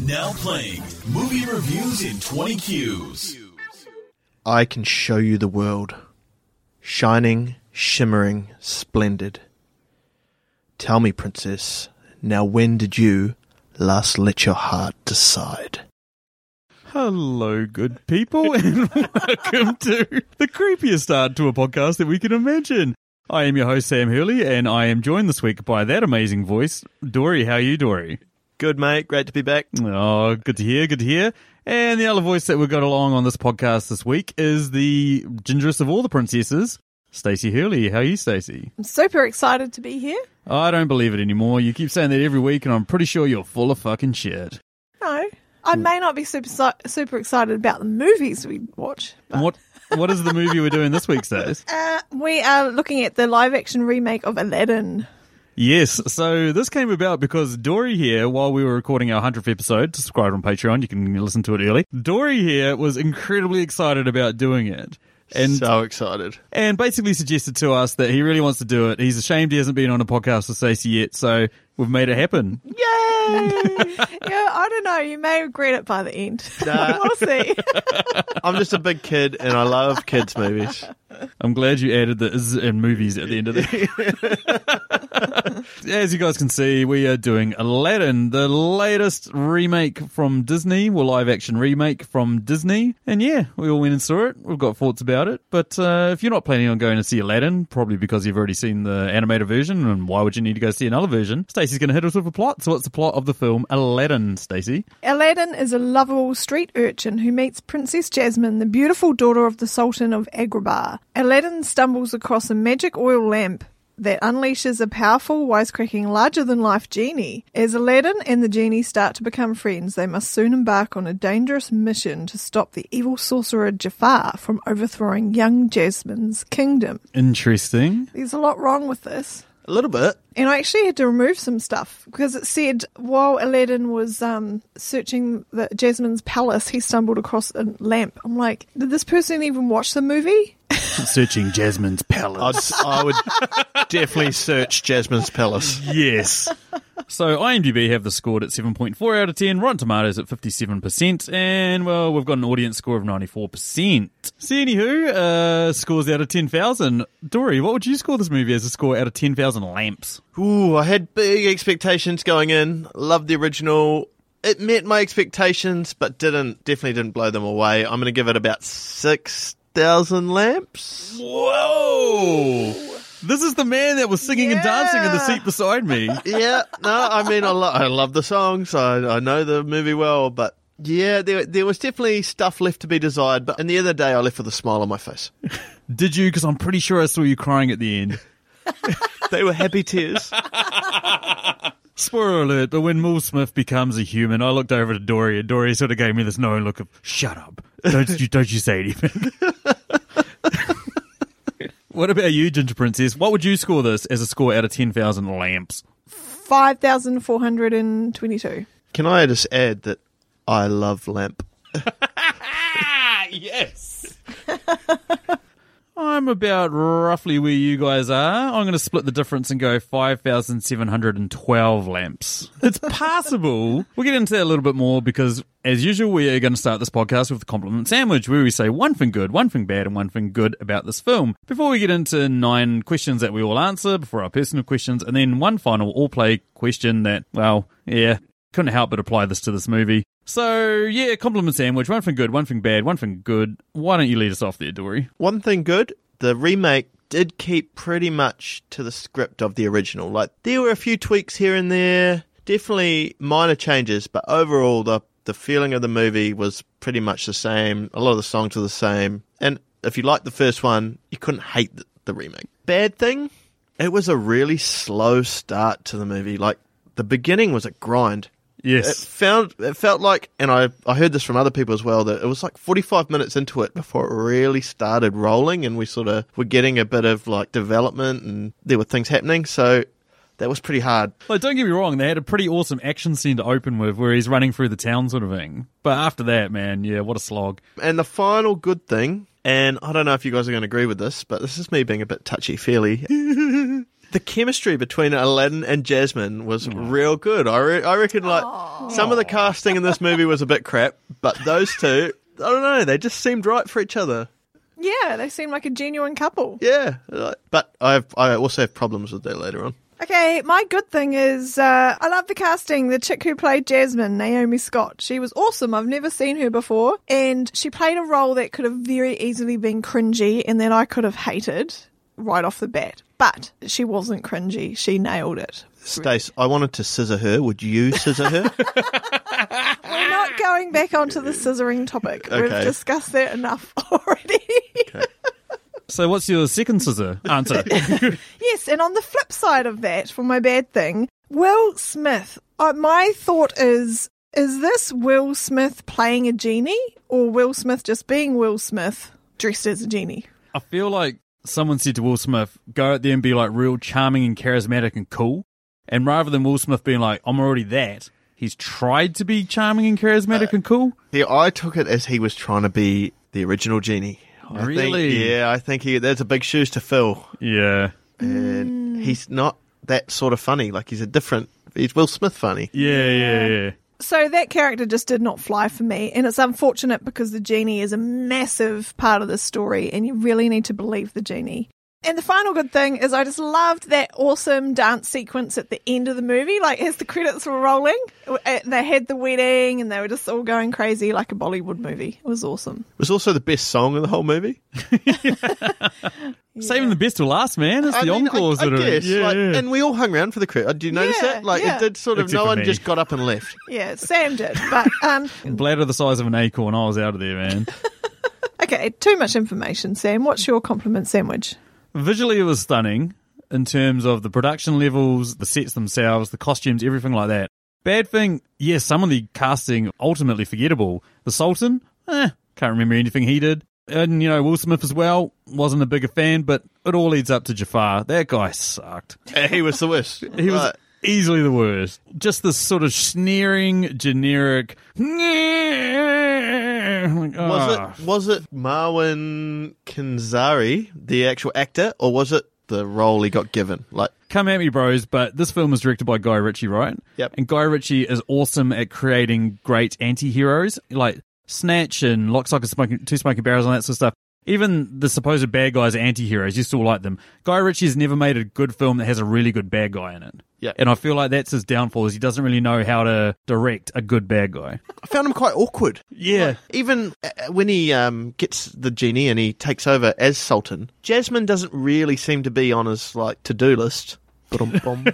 Now playing movie reviews in 20 cues. I can show you the world. Shining, shimmering, splendid. Tell me, princess, now when did you last let your heart decide? Hello, good people, and welcome to the creepiest start to a podcast that we can imagine. I am your host, Sam Hurley, and I am joined this week by that amazing voice, Dory. How are you, Dory? Good, mate. Great to be back. Oh, good to hear, good to hear. And the other voice that we've got along on this podcast this week is the gingerest of all the princesses, Stacey Hurley. How are you, Stacey? I'm super excited to be here. I don't believe it anymore. You keep saying that every week, and I'm pretty sure you're full of fucking shit. No, I may not be super si- super excited about the movies we watch. But, What What is the movie we're doing this week, Stace? Uh, we are looking at the live action remake of Aladdin. Yes, so this came about because Dory here, while we were recording our 100th episode, subscribe on Patreon, you can listen to it early. Dory here was incredibly excited about doing it. And so excited. and basically suggested to us that he really wants to do it. He's ashamed he hasn't been on a podcast with Stacey yet, so we've made it happen. Yay! yeah, I don't know. You may regret it by the end. Nah. we'll see. I'm just a big kid and I love kids' movies. I'm glad you added the z and movies at the end of that. As you guys can see, we are doing Aladdin, the latest remake from Disney, well, live action remake from Disney. And yeah, we all went and saw it. We've got thoughts about it. But uh, if you're not planning on going to see Aladdin, probably because you've already seen the animated version, and why would you need to go see another version? Stacey's going to hit us with a plot. So, what's the plot of the film Aladdin, Stacey? Aladdin is a lovable street urchin who meets Princess Jasmine, the beautiful daughter of the Sultan of Agrabah. Aladdin stumbles across a magic oil lamp that unleashes a powerful, wisecracking, larger than life genie. As Aladdin and the genie start to become friends, they must soon embark on a dangerous mission to stop the evil sorcerer Jafar from overthrowing young Jasmine's kingdom. Interesting. There's a lot wrong with this. A little bit. And I actually had to remove some stuff because it said while Aladdin was um, searching the Jasmine's palace, he stumbled across a lamp. I'm like, did this person even watch the movie? Searching Jasmine's palace. I'd, I would definitely search Jasmine's Palace. Yes. So IMDb have the score at 7.4 out of 10, Rotten Tomatoes at 57%, and well, we've got an audience score of 94%. So anywho, uh, scores out of 10,000. Dory, what would you score this movie as a score out of 10,000 lamps? Ooh, I had big expectations going in. Loved the original. It met my expectations, but didn't definitely didn't blow them away. I'm going to give it about six thousand lamps. Whoa! This is the man that was singing and dancing in the Yeah. seat beside me. Yeah, no, I mean I, lo- I love the songs. I I know the movie well, but yeah, there there was definitely stuff left to be desired. But in the end of the day, I left with a smile on my face. Did you? Because I'm pretty sure I saw you crying at the end. They were happy tears. Spoiler alert, but when Will Smith becomes a human, I looked over to Dory and Dory sort of gave me this knowing look of, shut up. Don't you, don't you say anything. what about you, Ginger Princess? What would you score this as a score out of 10,000 lamps? 5,422. Can I just add that I love lamp? yes. I'm about roughly where you guys are. I'm going to split the difference and go 5,712 lamps. It's possible. we'll get into that a little bit more because, as usual, we are going to start this podcast with the compliment sandwich where we say one thing good, one thing bad, and one thing good about this film. Before we get into nine questions that we all answer, before our personal questions, and then one final all play question that, well, yeah, couldn't help but apply this to this movie. So, yeah, compliment sandwich. One thing good, one thing bad, one thing good. Why don't you lead us off there, Dory? One thing good, the remake did keep pretty much to the script of the original. Like there were a few tweaks here and there, definitely minor changes, but overall the the feeling of the movie was pretty much the same. A lot of the songs were the same, and if you liked the first one, you couldn't hate the, the remake. Bad thing, it was a really slow start to the movie. Like the beginning was a grind. It Yes. found it felt like, and I I heard this from other people as well that it was like 45 minutes into it before it really started rolling, and we sort of were getting a bit of like development, and there were things happening. So that was pretty hard. Like, don't get me wrong, they had a pretty awesome action scene to open with where he's running through the town sort of thing. But after that, man, yeah, what a slog. And the final good thing, and I don't know if you guys are going to agree with this, but this is me being a bit touchy feely. the chemistry between Aladdin and Jasmine was real good. I, re- I reckon like some of the casting in this movie was a bit crap, but those two, I don't know, they just seemed right for each other. Yeah, they seem like a genuine couple. Yeah, like- but I have, I also have problems with that later on. Okay, my good thing is uh, I love the casting. The chick who played Jasmine, Naomi Scott, she was awesome. I've never seen her before. And she played a role that could have very easily been cringy and that I could have hated right off the bat. But she wasn't cringy. She nailed it. Stace, I wanted to scissor her. Would you scissor her? We're not going back onto the scissoring topic. We've Okay. discussed that enough already. So, what's your second scissor answer? Yes, and on the flip side of that, for my bad thing, Will Smith. Uh, my thought is is this Will Smith playing a genie or Will Smith just being Will Smith dressed as a genie? I feel like someone said to Will Smith, "Go out there and be like real charming and charismatic and cool," and rather than Will Smith being like, "I'm already that," he's tried to be charming and charismatic Uh, and cool. yeah, I took it as he was trying to be the original genie. I think- Really? yeah, I think he. There's a big shoes to fill, Yeah, and Mm. he's not that sort of funny. Like he's a different. He's Will Smith funny. yeah, yeah, yeah. So that character just did not fly for me, and it's unfortunate because the genie is a massive part of the story, and you really need to believe the genie. And the final good thing is, I just loved that awesome dance sequence at the end of the movie. Like, as the credits were rolling, uh, they had the wedding and they were just all going crazy like a Bollywood movie. It was awesome. It was also the best song in the whole movie. Saving the best to last, man. It's I the mean, encores I, I that are. guess, yeah, like, yeah. and we all hung around for the credit. Did you notice Yeah, that? Like yeah. it did sort of. Except no for one me. just got up and left. Yeah, Sam did. But, um, Bladder the size of an acorn. I was out of there, man. okay, too much information, Sam. What's your compliment sandwich? Visually, it was stunning in terms of the production levels, the sets themselves, the costumes, everything like that. Bad thing, yes, some of the casting ultimately forgettable. The Sultan, eh, can't remember anything he did. And, you know, Will Smith as well, wasn't a bigger fan, but it all leads up to Jafar. That guy sucked. Uh, he was the worst. He was Like, easily the worst. Just this sort of sneering, generic. Like, was ah, it was it Marwan Kinzari, the actual actor, or was it the role he got given? Like Come at me, bros, but this film was directed by Guy Ritchie, right? Yep. And Guy Ritchie is awesome at creating great anti heroes, like Snatch and Lock, Stock, and Smoking, Two Smoking Barrels, and that sort of stuff. Even the supposed bad guys are anti heroes, you still like them. Guy Ritchie's never made a good film that has a really good bad guy in it. Yep. And I feel like that's his downfall, is he doesn't really know how to direct a good bad guy. I found him quite awkward. Yeah. Even uh, when he um, gets the genie and he takes over as Sultan, Jasmine doesn't really seem to be on his like to do list. Ba-dum-bum.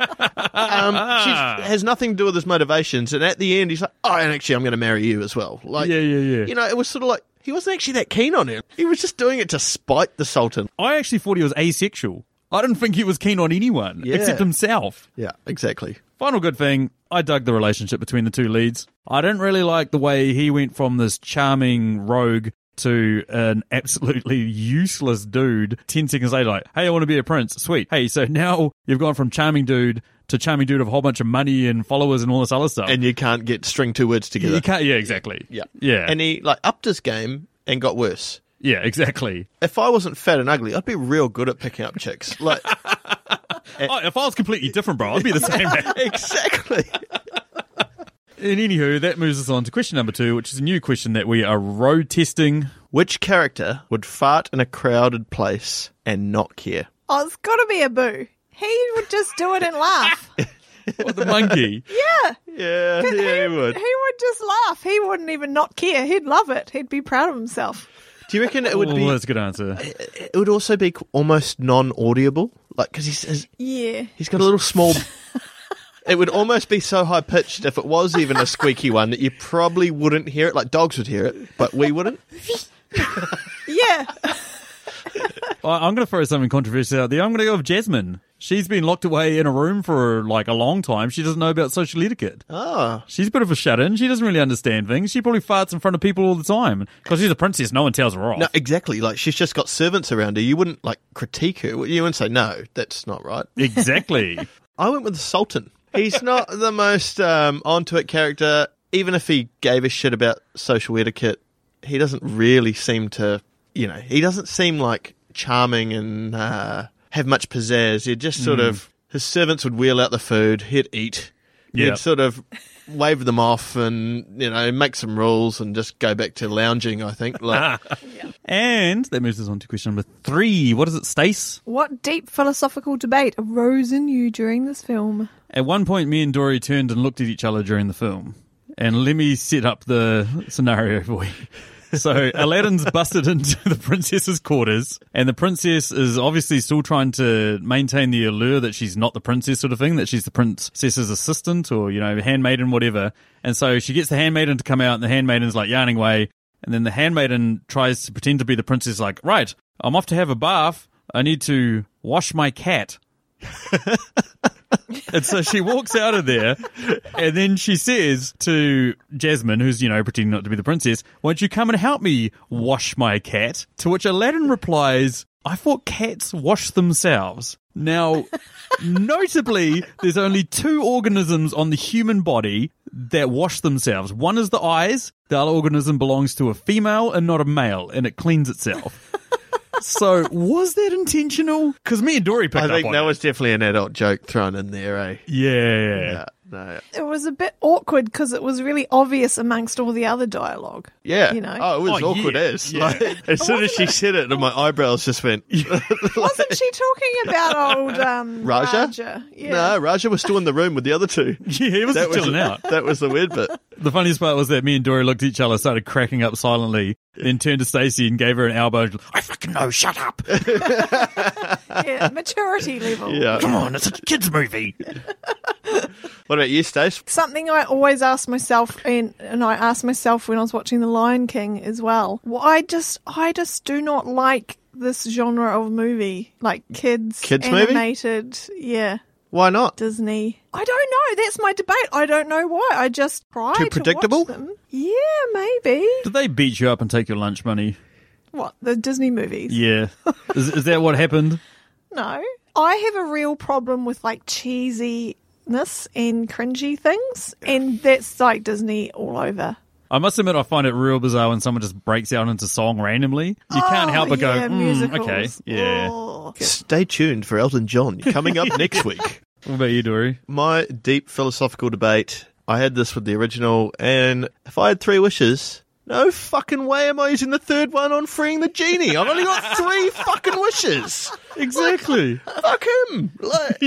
um, she has nothing to do with his motivations, and at the end, he's like, "Oh, and actually, I'm going to marry you as well." Like, Yeah, yeah, yeah. You know, it was sort of like he wasn't actually that keen on him. He was just doing it to spite the Sultan. I actually thought he was asexual. I didn't think he was keen on anyone Yeah. except himself. Yeah, exactly. Final good thing, I dug the relationship between the two leads. I didn't really like the way he went from this charming rogue to an absolutely useless dude 10 seconds later, like, hey, I want to be a prince. Sweet. Hey, so now you've gone from charming dude to charming dude of a whole bunch of money and followers and all this other stuff. And you can't get string two words together. you can't, yeah, exactly. Yeah, Yeah. And he like upped his game and got worse. yeah, exactly. If I wasn't fat and ugly, I'd be real good at picking up chicks. Like. Oh, if I was completely different, bro, I'd be the same. man. exactly. and anywho, that moves us on to question number two, which is a new question that we are road testing. Which character would fart in a crowded place and not care? Oh, it's got to be a boo. He would just do it and laugh. What, the monkey? Yeah, he, He would just laugh. He wouldn't even not care. He'd love it. He'd be proud of himself. Do you reckon it would Oh, be? that's a good answer. It would also be almost non-audible, like because he's he's- Yeah. he's got a little small. it would almost be so high pitched if it was even a squeaky one that you probably wouldn't hear it. Like dogs would hear it, but we wouldn't. Yeah. I- I'm going to throw something controversial out there. I'm going to go with Jasmine. She's been locked away in a room for like a long time. She doesn't know about social etiquette. Ah, She's a bit of a shut in. She doesn't really understand things. She probably farts in front of people all the time because she's a princess. No one tells her off. no, exactly. Like she's just got servants around her. You wouldn't like critique her. You wouldn't say no, that's not right. Exactly. I went with the Sultan. He's not the most um, onto it character. Even if he gave a shit about social etiquette, he doesn't really seem to, you know, he doesn't seem like charming and uh, have much pizzazz. He'd just sort of his servants would wheel out the food, he'd eat, Yeah. he'd sort of wave them off, and you know make some rules, and just go back to lounging. I think. Like, And that moves us on to question number three. What is it, Stace? What deep philosophical debate arose in you during this film? At one point, me and Dory turned and looked at each other during the film. And let me set up the scenario for you. So Aladdin's busted into the princess's quarters, and the princess is obviously still trying to maintain the allure that she's not the princess, sort of thing, that she's the princess's assistant or, you know, handmaiden, whatever. And so she gets the handmaiden to come out, and the handmaiden's like yarning away. And then the handmaiden tries to pretend to be the princess, like, right, I'm off to have a bath. I need to wash my cat. And so she walks out of there, and then she says to Jasmine, who's, you know, pretending not to be the princess, Won't you come and help me wash my cat? To which Aladdin replies, I thought cats wash themselves. Now, notably, there's only two organisms on the human body that wash themselves. One is the eyes. The other organism belongs to a female and not a male, and it cleans itself. so, was that intentional? Because me and Dory picked I up think on that it. was definitely an adult joke thrown in there, eh? Yeah. Yeah, no. It was a bit awkward because it was really obvious amongst all the other dialogue. Yeah. You know? Oh, it was Oh, awkward yeah, as. yeah. Like, as soon as she said it, and my eyebrows just went. Wasn't she talking about old um, Raja? Yeah. No, Raja was still in the room with the other two. Yeah, he was That was, chilling out. that was the weird bit. The funniest part was that me and Dory looked at each other, started cracking up silently, then turned to Stacey and gave her an elbow. I fucking know, shut up. yeah, maturity level. Yeah. Come on, it's a kid's movie. What about you, Stace? Something I always ask myself, and, and I asked myself when I was watching The Lion King as well. Well, I just, I just do not like this genre of movie, like kids, Kids movie? animated, yeah, Why not? Disney. I don't know. That's my debate. I don't know why. I just try to watch predictable? them. Yeah, maybe. Did they beat you up and take your lunch money? What the Disney movies? Yeah. Is, is that what happened? No. I have a real problem with like cheesiness and cringy things, and that's like Disney all over. I must admit, I find it real bizarre when someone just breaks out into song randomly. You can't Oh, help but go, yeah, mm, musicals. okay. Yeah. Oh. Stay tuned for Elton John coming up next week. What about you, Dory? My deep philosophical debate. I had this with the original, and if I had three wishes, no fucking way am I using the third one on freeing the genie. I've only got three fucking wishes. Exactly. Fuck him! Like,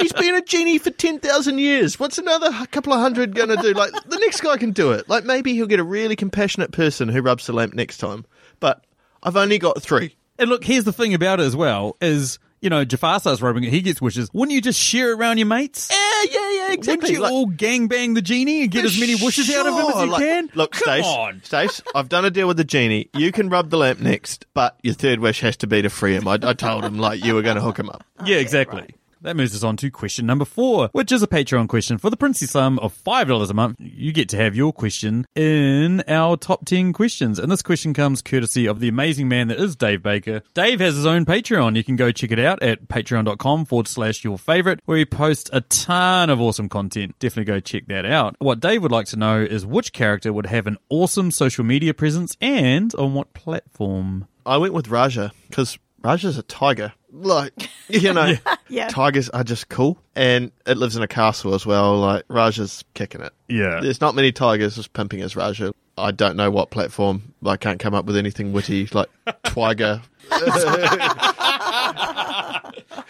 He's been a genie for 10,000 years. What's another h- couple of hundred going to do? Like, the next guy can do it. Like, maybe he'll get a really compassionate person who rubs the lamp next time. But I've only got three. And look, here's the thing about it as well is, you know, Jafar starts robbing it, he gets wishes. Wouldn't you just share it around your mates? Yeah, yeah, yeah, Wouldn't you Like, all gangbang the genie and get as many wishes out of him as sure, you like- can? Look, Come Stace, on. Stace, I've done a deal with the genie. You can rub the lamp next, but your third wish has to be to free him. I, I told him, like, you were going to hook him up. Yeah, exactly. That moves us on to question number four, which is a Patreon question. For the princely sum of $5 a month, you get to have your question in our top 10 questions. And this question comes courtesy of the amazing man that is Dave Baker. Dave has his own Patreon. You can go check it out at patreon.com forward slash your favorite, where he posts a ton of awesome content. Definitely go check that out. What Dave would like to know is which character would have an awesome social media presence and on what platform? I went with Raja because Raja's a tiger. Like, you know, Yeah. tigers are just cool. And it lives in a castle as well. Like, Raja's kicking it. Yeah. There's not many tigers as pimping as Raja. I don't know what platform. I can't come up with anything witty like Twiger.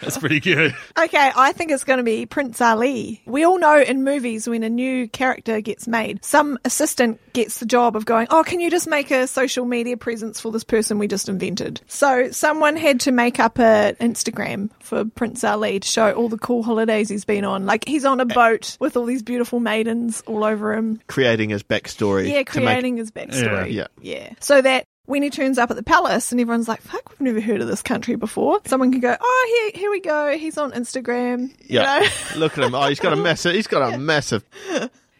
That's pretty good. Okay, I think it's going to be Prince Ali. We all know in movies when a new character gets made, some assistant gets the job of going, Oh, can you just make a social media presence for this person we just invented? So someone had to make up a Instagram for Prince Ali to show all the cool holidays he's been on. Like he's on a boat with all these beautiful maidens all over him. creating his backstory. Yeah, to make- creating his backstory. Yeah. yeah. So that when he turns up at the palace and everyone's like, fuck, we've never heard of this country before, someone can go, oh, here, here we go. He's on Instagram. You yeah. know? Look at him. Oh, he's got a massive. He's got a massive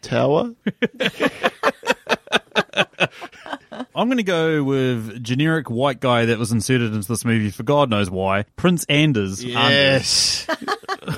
tower. I'm going to go with generic white guy that was inserted into this movie for God knows why. Prince Anders. Anders.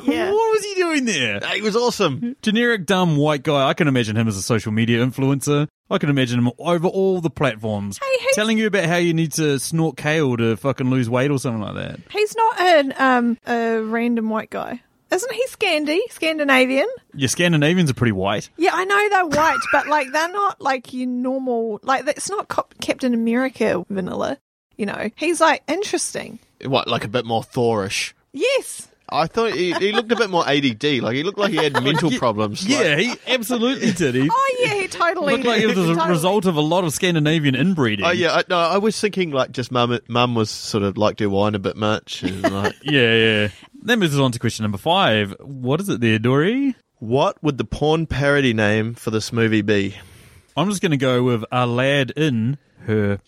Yeah. What was he doing there? He was awesome. Generic dumb white guy. I can imagine him as a social media influencer. I can imagine him over all the platforms Hey, hey. telling you about how you need to snort kale to fucking lose weight or something like that. He's not an um a random white guy. Isn't he Scandi? Scandinavian? Your Scandinavians are pretty white. Yeah, I know they're white, but like they're not like your normal. Like it's not Cop- Captain America vanilla. You know, he's like interesting. What, like a bit more Thorish? Yes, I thought he, he looked a bit more ADD. Like he looked like he had mental problems. like- Yeah, he absolutely did. He Oh yeah, he totally looked like did. it was a Totally. result of a lot of Scandinavian inbreeding. Oh yeah, I, no, I was thinking like just mum. Mum was sort of liked her wine a bit much, and like, Yeah, yeah. That moves us on to question number five. What is it there, Dory? what would the porn parody name for this movie be? I'm just going to go with a lad in her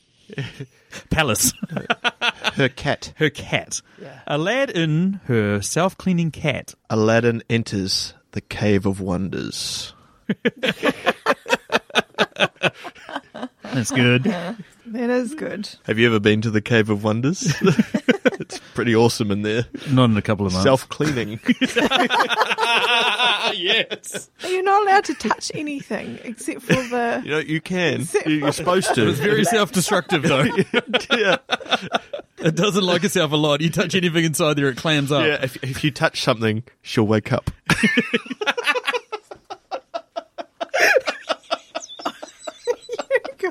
palace, Her cat, her cat. A lad in her self cleaning cat. Aladdin enters the cave of wonders. That's good. That is good. Have you ever been to the cave of wonders? it's pretty awesome in there. Not in a couple of months. Self cleaning. yes. You're not allowed to touch anything except for the. you know you can. You- You're supposed to. It's very self destructive, though. yeah. It doesn't like itself a lot. You touch anything inside there, it clams up. yeah. If, if you touch something, she'll wake up.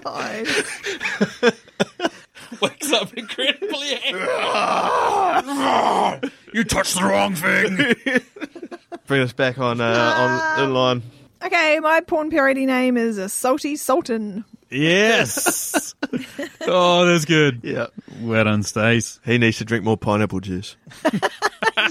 God. Wakes up incredibly angry. you touched the wrong thing. Bring us back on uh, on in line. Okay, my porn parody name is a salty sultan. Yes. oh, that's good. Yeah. Well done, Stace. He needs to drink more pineapple juice.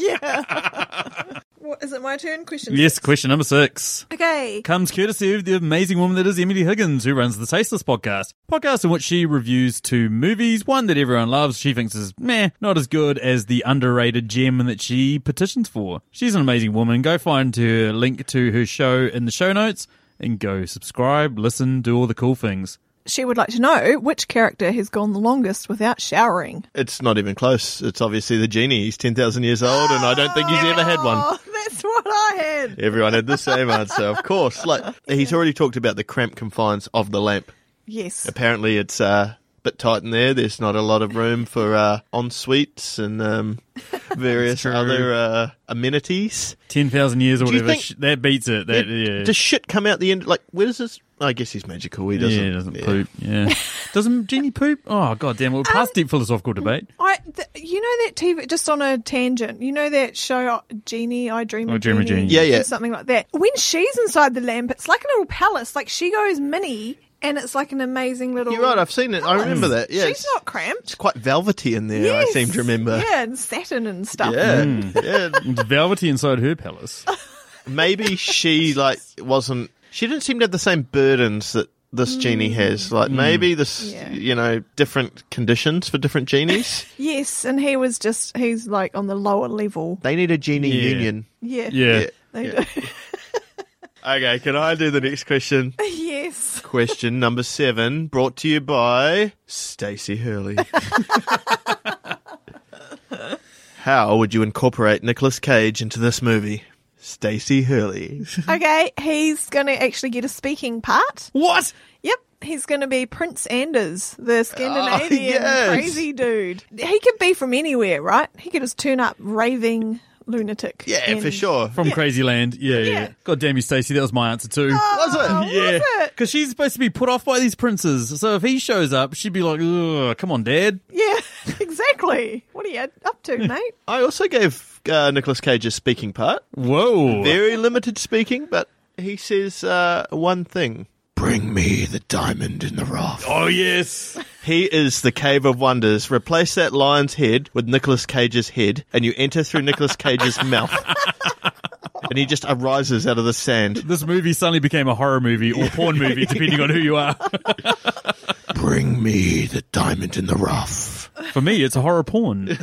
Yeah. what is it? My turn. Question. Yes, six? question number six Okay. comes courtesy of the amazing woman that is Emily Higgins, who runs the Tasteless podcast. Podcast in which she reviews two movies, one that everyone loves, she thinks is meh, not as good as the underrated gem that she petitions for. She's an amazing woman. Go find her link to her show in the show notes and go subscribe, listen, do all the cool things. She would like to know which character has gone the longest without showering. It's not even close. It's obviously the genie. He's 10,000 years old, and I don't think he's ever had one. Oh, that's what I had. Everyone had the same answer, of course. Like, he's already talked about the cramped confines of the lamp. Yes. Apparently, it's uh, a bit tight in there. There's not a lot of room for uh, en suites and um, various true. other uh, amenities. 10,000 years or Do you whatever. think- sh that beats it. That, yeah. Does shit come out the end? Like, where does this? I guess he's magical. He doesn't. yeah, doesn't poop. Yeah, doesn't Genie poop? Oh god damn! We're Um, past deep philosophical debate. I, th- you know that TV, just on a tangent, you know that show uh, Genie, I Dream Oh, of I Dream of Jeannie, Jeannie. Yeah, yeah. or Something like that. When she's inside the lamp, it's like a little palace. Like she goes mini and it's like an amazing little. You're right. I've seen it. I remember that. Yeah, she's it's not cramped. quite velvety in there. I Yes. seem to remember. Yeah, and satin and stuff. Yeah, Mm. yeah. It's velvety inside her palace. Maybe she like wasn't. She didn't seem to have the same burdens that this genie Mm. has. Like maybe this, Yeah. you know, different conditions for different genies. Yes, and he was just, he's like on the lower level. they need a genie Yeah. union. Yeah. Yeah. They Yeah. do. Okay, can I do the next question? yes. Question number seven, brought to you by Stacey Hurley. How would you incorporate Nicolas Cage into this movie? Stacey Hurley. Okay, he's going to actually get a speaking part. What? Yep, he's going to be Prince Anders, the Scandinavian Oh, yes. crazy dude. He could be from anywhere, right? He could just turn up raving lunatic. Yeah, for and- sure. From Crazy Land. Yeah, yeah. Yeah. God damn you, Stacey. That was my answer too. Was it? Oh, yeah. was it? Because she's supposed to be put off by these princes. So if he shows up, she'd be like, Ugh, come on, dad. Yeah, exactly. What are you up to, mate? I also gave uh, Nicolas Cage a speaking part. Whoa. Very limited speaking, but he says uh, one thing. Bring me the diamond in the rough. oh, yes. He is the Cave of Wonders. Replace that lion's head with Nicolas Cage's head, and you enter through Nicolas Cage's mouth. And he just arises out of the sand. This movie suddenly became a horror movie or porn movie, depending on who you are. Bring me the diamond in the rough. For me, it's a horror porn.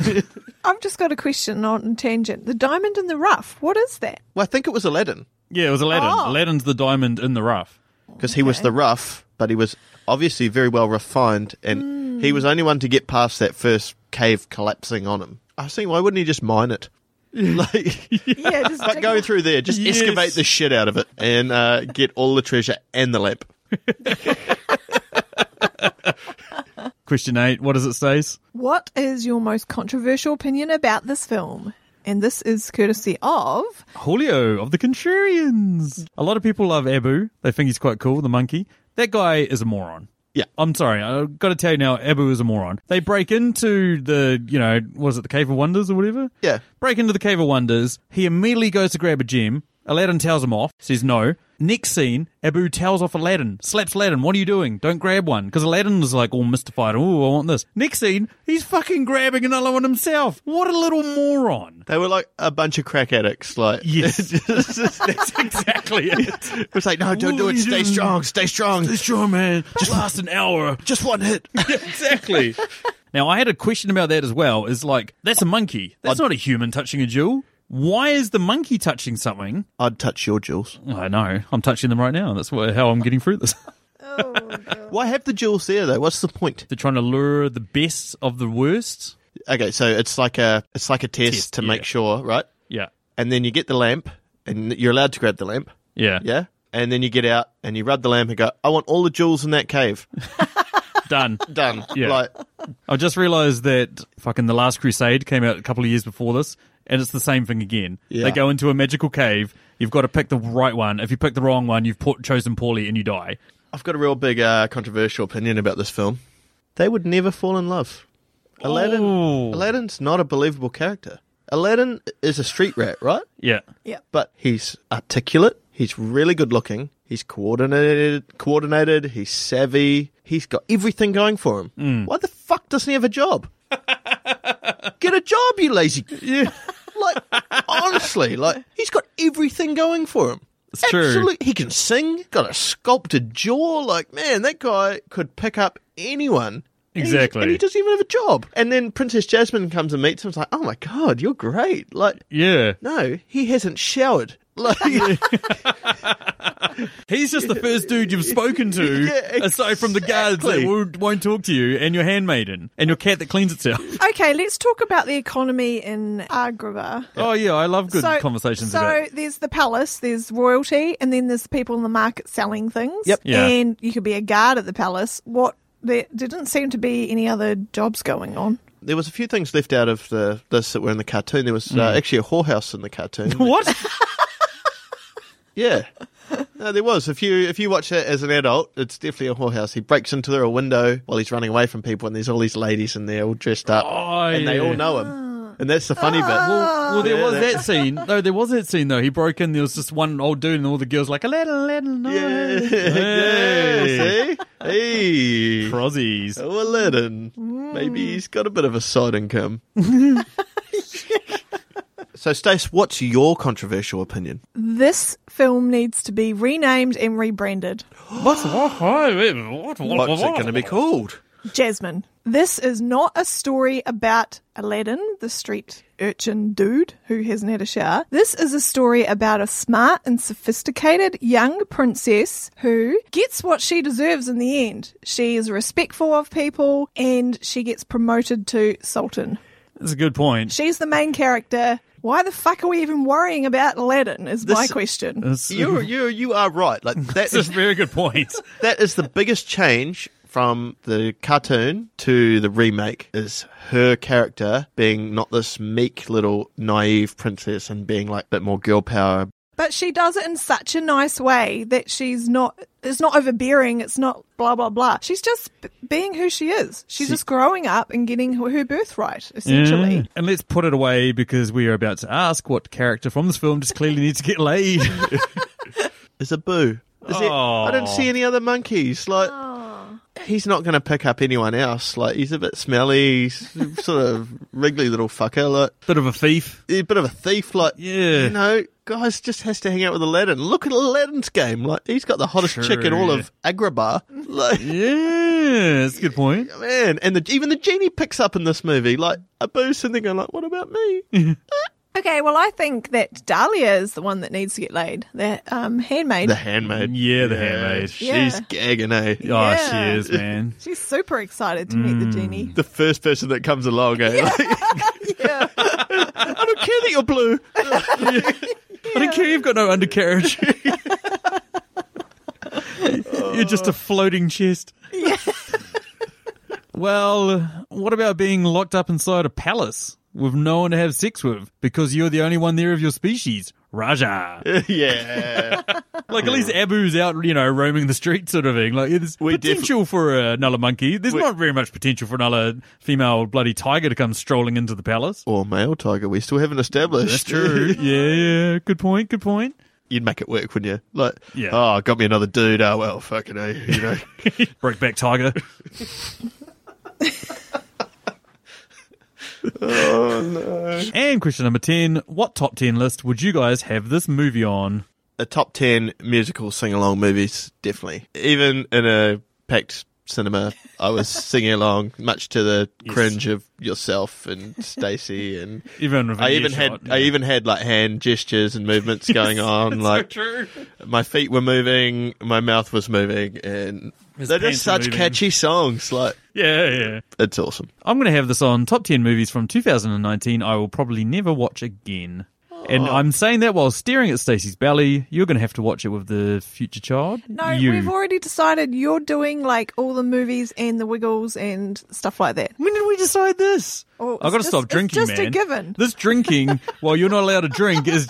I've just got a question on tangent. The diamond in the rough, what is that? Well, I think it was Aladdin Yeah, it was Aladdin. Oh. Aladdin's the diamond in the rough. because he was the rough, but he was obviously very well refined, and he was the only one to get past that first cave collapsing on him. I was thinking, why wouldn't he just mine it? Like, Yeah, just but dig go it. through there, just Yes. excavate the shit out of it and uh, get all the treasure and the lamp. Question eight. What does it say? What is your most controversial opinion about this film? And this is courtesy of Julio of the Contrarians. A lot of people love Abu. They think he's quite cool, the monkey. That guy is a moron. Yeah. I'm sorry. I've got to tell you now, Abu is a moron. They break into the, you know, was it the Cave of Wonders or whatever? Yeah. Break into the Cave of Wonders. He immediately goes to grab a gem. Aladdin tells him off, says no. Next scene, Abu tells off Aladdin, slaps Aladdin, what are you doing? Don't grab one. Because Aladdin is like all mystified, oh, I want this. Next scene, he's fucking grabbing another one himself. What a little moron. They were like a bunch of crack addicts. Like, Yes. That's exactly it. it was like, no, don't do it. Stay strong. Stay strong. This straw man just last an hour. Just one hit. exactly. Now I had a question about that as well. Is like that's a monkey. That's not a human touching a jewel. Why is the monkey touching something? I'd touch your jewels. I know. I'm touching them right now. That's wha- how I'm getting through this. Why have the jewels there though? What's the point? They're trying to lure the best of the worst. Okay, so it's like a it's like a test, Test, to yeah. make sure, right? Yeah. And then you get the lamp, and you're allowed to grab the lamp. Yeah. Yeah. And then you get out and you rub the lamp and go, I want all the jewels in that cave. Done. Done. Yeah. Like, I just realised that fucking The Last Crusade came out a couple of years before this, and it's the same thing again. Yeah. They go into a magical cave. You've got to pick the right one. If you pick the wrong one, you've put, chosen poorly and you die. I've got a real big uh, controversial opinion about this film. They would never fall in love. Aladdin Ooh. Aladdin's not a believable character. Aladdin is a street rat, right? Yeah. But he's articulate, he's really good looking, he's coordinated coordinated, he's savvy, he's got everything going for him. Mm. Why the fuck doesn't he have a job? Get a job, you lazy Yeah. Like, honestly, like he's got everything going for him. It's true. He can sing. Got a sculpted jaw. Like, man, that guy could pick up anyone. And he- Exactly. and he doesn't even have a job. And then Princess Jasmine comes and meets him. It's like, oh my god, you're great. Like, Yeah. no, he hasn't showered. Like, He's just the first dude you've spoken to, Yeah, aside from the guards that exactly. won't- won't talk to you, and your handmaiden, and your cat that cleans itself. Okay, let's talk about the economy in Agrabah. Oh, yeah, I love good conversations So about there's the palace, there's royalty, and then there's people in the market selling things. Yep. Yeah. And you could be a guard at the palace. What there didn't seem to be any other jobs going on. there was a few things left out of the this that were in the cartoon. There was uh, actually a whorehouse in the cartoon. Mm. What? Yeah. No, there was. If you if you watch it as an adult, it's definitely a whorehouse. He breaks into a window while he's running away from people, and there's all these ladies in there all dressed up, Oh, and they all yeah. Ah. know him. And that's the funny bit. Well, well, there Yeah, was that- that scene. No, there was that scene though. He broke in. There was just one old dude, and all the girls like, "Aladdin, Aladdin, no." yeah, Hey. yeah. See, hey, Prozzies. oh, Aladdin. Maybe he's got a bit of a side income. so, Stace, what's your controversial opinion? This film needs to be renamed and rebranded. What's what? What's it going to be called? Jasmine, this is not a story about Aladdin, the street urchin dude who hasn't had a shower. This is a story about a smart and sophisticated young princess who gets what she deserves in the end. She is respectful of people and she gets promoted to Sultan. That's a good point. She's the main character. Why the fuck are we even worrying about Aladdin? Is my This- question. That's, You, you, you are right. Like that that's is a very good point. that is the biggest change from the cartoon to the remake is her character being not this meek little naive princess and being like a bit more girl power. But she does it in such a nice way that she's not. It's not overbearing. It's not blah blah blah. She's just b- being who she is. She's just growing up and getting her, her birthright essentially. Yeah. And let's put it away because we are about to ask what character from this film just clearly needs to get laid. Is a boo. Is it, I don't see any other monkeys. Like he's not going to pick up anyone else. Like he's a bit smelly, he's sort of wriggly little fucker. Like Bit of a thief. he's a bit of a thief. Like Yeah. you know, guys just has to hang out with Aladdin. Look at Aladdin's game. Like he's got the hottest chick in True. all of Agrabah. Like Yeah, that's a good point. man, and the, even the genie picks up in this movie. Like a boost, and they're going like, "What about me?" Okay, well I think that Dahlia is the one that needs to get laid. The um, handmaid. the handmaid, Yeah, the handmaid. Yeah. she's gagging, eh? Oh, Yeah. she is, man. she's super excited to meet the genie. The first person that comes along, eh? Like, Yeah. I don't care that you're blue. I don't care you've got no undercarriage. You're just a floating chest. well, what about being locked up inside a palace with no one to have sex with because you're the only one there of your species? Raja. yeah. Like, at least Abu's out, you know, roaming the streets sort of thing. Like, there's We def- potential for another monkey. There's We- not very much potential for another female bloody tiger to come strolling into the palace. Or male tiger, we still haven't established. That's true. yeah, yeah. Good point. Good point. You'd make it work, wouldn't you? Like, Yeah. oh, got me another dude. Oh, well, fucking A, you know. Brokeback tiger. oh, no. And question number 10 What top 10 list would you guys have this movie on? A top 10 musical sing along movies, definitely. Even in a packed cinema, I was singing along, much to the cringe of yourself and Stacey and. Even with I an even had earshot, I yeah. even had like hand gestures and movements going on. like true. my feet were moving, my mouth was moving, and His they're pants just were such moving. catchy songs. Like Yeah, yeah. it's awesome. I'm going to have this on top 10 movies from 2019 I will probably never watch again. And I'm saying that while staring at Stacey's belly. You're going to have to watch it with the future child. No, you. we've already decided you're doing like all the movies and the Wiggles and stuff like that. When did we decide this? Oh, it's I've got to just- stop it's drinking, just a man. given. This drinking, while you're not allowed to drink, is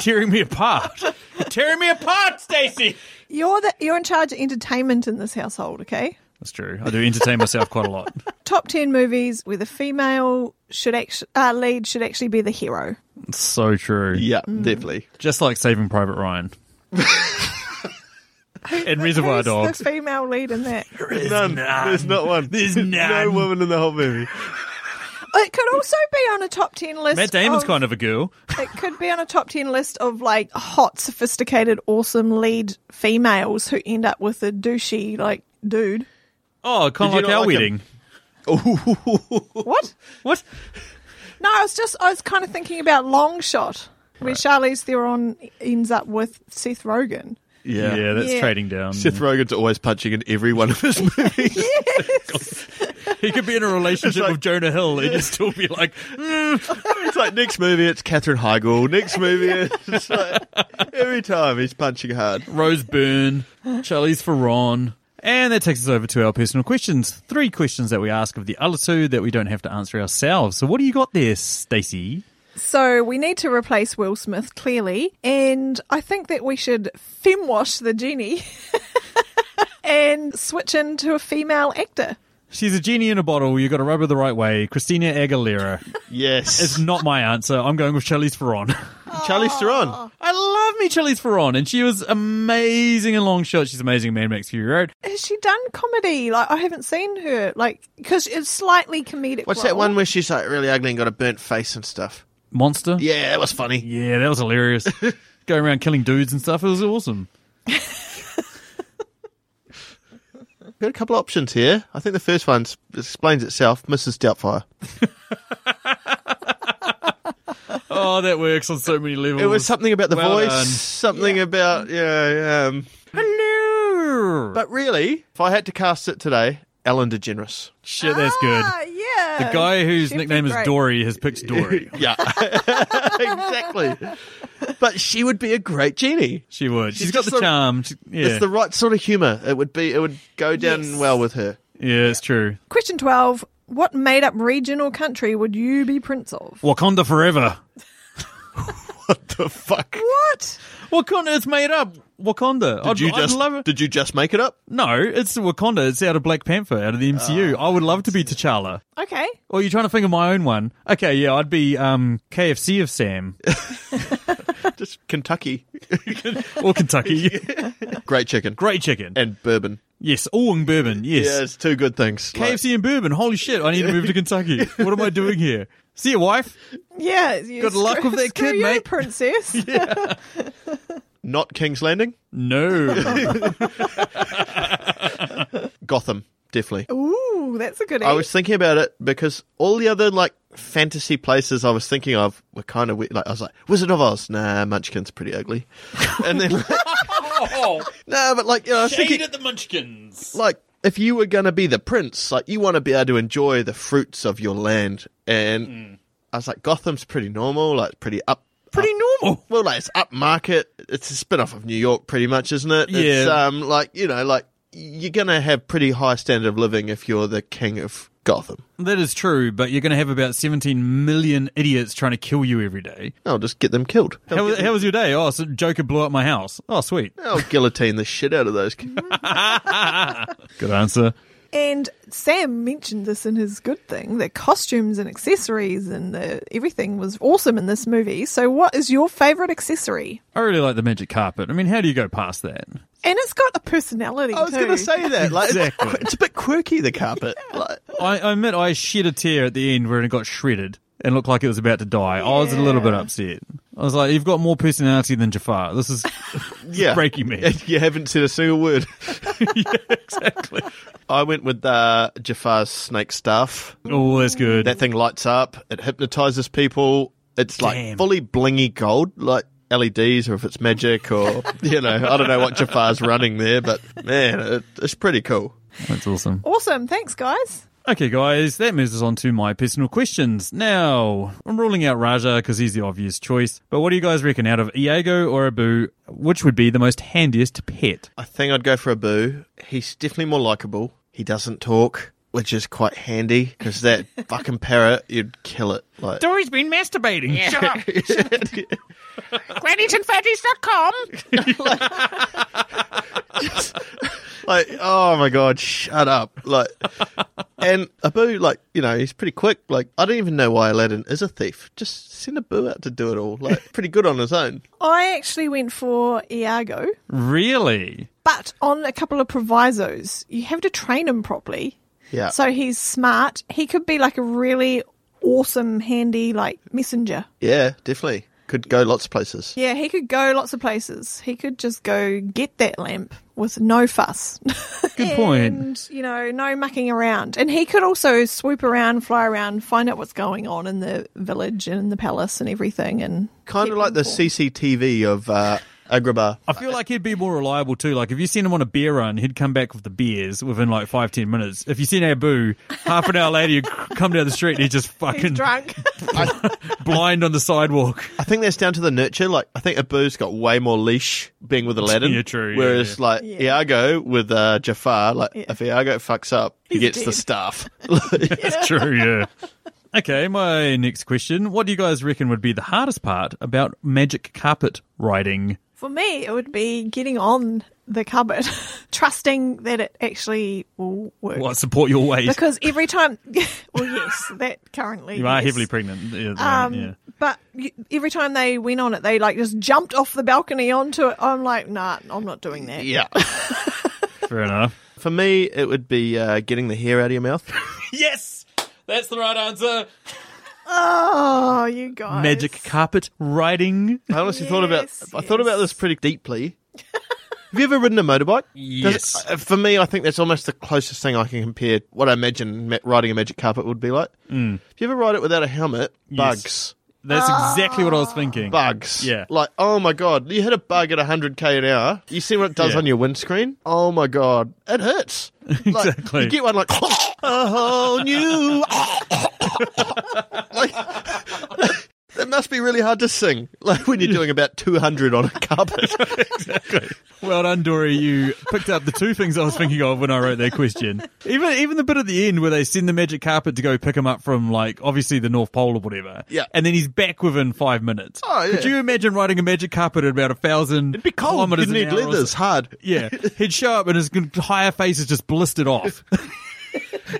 tearing me apart. tearing me apart, Stacey. You're the you're in charge of entertainment in this household, okay? That's true. I do entertain myself quite a lot. Top ten movies where the female should act- uh, lead should actually be the hero. It's so true. Yeah, definitely. Just like Saving Private Ryan. and Reservoir Who's Dogs. the female lead in that? None. There's not one. There's no none. woman in the whole movie. It could also be on a top ten list. Matt Damon's of, kind of a girl. It could be on a top ten list of like hot, sophisticated, awesome lead females who end up with a douchey like dude. Oh, kind Did you of like not our like wedding. him? What? What? No, I was just I was kind of thinking about Long Shot, where Charlize Theron ends up with Seth Rogen. Yeah, that's Yeah. trading down. Seth Rogen's always punching in every one of his movies. he could be in a relationship like- with Jonah Hill and just still be like, it's like next movie, it's Catherine Heigl. Next movie, it's like every time he's punching hard. Rose Byrne, Charlize Theron. And that takes us over to our personal questions. Three questions that we ask of the other two that we don't have to answer ourselves. So what do you got there, Stacey? So we need to replace Will Smith clearly, and I think that we should femwash the genie and switch into a female actor. She's a genie in a bottle. You've got to rub her the right way. Christina Aguilera. Yes, It's not my answer. I'm going with Charlize Theron. Charlie Theron. I love me Charlize Theron, and she was amazing in Long Shot. She's amazing in Mad Max Fury Road. Has she done comedy? Like I haven't seen her. Like because it's slightly comedic. What's that role. one where she's like really ugly and got a burnt face and stuff? Monster. Yeah, that was funny. Yeah, that was hilarious. Going around killing dudes and stuff. It was awesome. Got a couple options here. I think the first one s- explains itself. Mrs. Doubtfire. Oh, that works on so many levels. It was something about the Well voice, done. something about yeah. Um, Hello. but really, if I had to cast it today, Ellen DeGeneres. Shit, that's good. Ah, yeah. The guy whose She'd be nickname is great. Dory has picked Dory. Yeah, exactly. But she would be a great genie. She would. She's She's got just the, the- charm. She- yeah. It's the right sort of humor. It would be. It would go down Yes. well with her. yeah, it's true. Question twelve: What made-up region or country would you be prince of? Wakanda forever. What the fuck? What? Wakanda, it's made up. Wakanda. I'd, Did you I'd just love it. did you just make it up? No, it's Wakanda. It's out of Black Panther, out of the MCU. I would love to be T'Challa. Okay. Or you're trying to think of my own one? Okay, yeah, I'd be um, KFC of Sam Just Kentucky, or Kentucky. great chicken, Great chicken. and bourbon. Yes, all and bourbon. Yes. Yeah, it's two good things. Like- KFC and bourbon. Holy shit! I need to move to Kentucky. What am I doing here? See your wife. Yeah. you Good luck screw- with that screw kid, you, mate. Princess. not King's Landing, No. Gotham, definitely. Ooh, that's a good. I answer. was thinking about it because all the other like fantasy places I was thinking of were kind of weird. Like I was like Wizard of Oz, nah, Munchkin's pretty ugly, and then like, nah, but like you know, I was thinking Oh, the Munchkins. like if you were gonna be the prince, like you want to be able to enjoy the fruits of your land, and I was like, Gotham's pretty normal, like pretty up, Hmm. Pretty normal. well, like it's upmarket. It's a spin off of New York, pretty much, isn't it? It's, Yeah. um, like you know, like you're gonna have pretty high standard of living if you're the king of Gotham. That is true, but you're going to have about 17 million idiots trying to kill you every day. I'll just get them killed. I'll, How get was, them- how was your day? Oh, so Joker blew up my house. Oh, sweet. I'll guillotine the shit out of those. ki- Good answer. And Sam mentioned this in his good thing. The costumes and accessories and the, everything was awesome in this movie. So, what is your favourite accessory? I really like the magic carpet. I mean, how do you go past that? And it's got a personality. I was too. gonna say that. Like, it's- Exactly. it's, a bit quirky. The carpet. Like, I, I admit I shed a tear at the end where it got shredded and looked like it was about to die. I was a little bit upset. I was like, you've got more personality than Jafar. This is yeah, breaking me. You haven't said a single word. Yeah, exactly. I went with uh, Jafar's snake staff. Oh, that's good. That thing lights up. It hypnotizes people. It's like Damn. fully blingy gold, like LEDs, or if it's magic, or you know, I don't know what Jafar's running there, but man, it, it's pretty cool. that's awesome. Awesome. Thanks, guys. Okay, guys, that moves us on to my personal questions. Now, I'm ruling out Raja because he's the obvious choice, but what do you guys reckon out of Iago or Abu, which would be the most handiest pet? I think I'd go for Abu. He's definitely more likable. He doesn't talk, which is quite handy because that fucking parrot, you'd kill it. Like, Dory's been masturbating. Shut up. grannyandfatties.com. like oh my god shut up like and abu like you know he's pretty quick like i don't even know why aladdin is a thief just send abu out to do it all like pretty good on his own I actually went for Iago, Really? but on a couple of provisos. You have to train him properly. yeah So he's smart. He could be like a really awesome, handy, like messenger. yeah definitely could go lots of places Yeah, he could go lots of places. He could just go get that lamp with no fuss. Good point. And, you know, no mucking around. And he could also swoop around, fly around, find out what's going on in the village and in the palace and everything. And kind of keep like the informed. cctv of uh agrabah I feel like he'd be more reliable too. Like if you sent him on a beer run, he'd come back with the beers within like five ten minutes. If you sent Abu, half an hour later, you come down the street and he's just fucking He's drunk. blind on the sidewalk. I think that's down to the nurture. Like, I think Abu's got way more leash being with Aladdin. Yeah, true, yeah, Whereas, yeah. like, Yeah. Iago with uh, Jafar, like, Yeah. if Iago fucks up, he He's gets the dead. staff. That's true. Yeah. Okay, my next question: What do you guys reckon would be the hardest part about magic carpet riding? For me, it would be getting on the cupboard, trusting that it actually will work. What support your weight? Because every time, well, yes, that currently you are yes. heavily pregnant. Yeah, Um, yeah. But y- every time they went on it, they like just jumped off the balcony onto it. I'm like, nah, I'm not doing that. yeah. Fair enough. For me, it would be uh, getting the hair out of your mouth. Yes, that's the right answer. Oh, you guys. Magic carpet riding. I honestly thought about Yes, I thought about yes. this pretty deeply. Have you ever ridden a motorbike? Does it- Yes. uh, for me, I think that's almost the closest thing I can compare what I imagine ma- riding a magic carpet would be like. Mm. If you ever ride it without a helmet, Yes. bugs, That's exactly what I was thinking. bugs. Yeah. Like, oh my god, you hit a bug at 100k an hour. You see what it does Yeah. on your windscreen? Oh my god, it hurts. Like, Exactly. you get one like a whole new. like, it must be really hard to sing, like when you're doing about 200 on a carpet. Well done, Dory. You picked up the two things I was thinking of when I wrote that question. Even even the bit at the end where they send the magic carpet to go pick him up from like obviously the North Pole or whatever. Yeah. And then he's back within five minutes. Oh, yeah. Could you imagine riding a magic carpet at about a thousand It'd be kilometers You'd an need hour or leathers so? hard. Yeah. He'd show up and his entire face is just blistered off.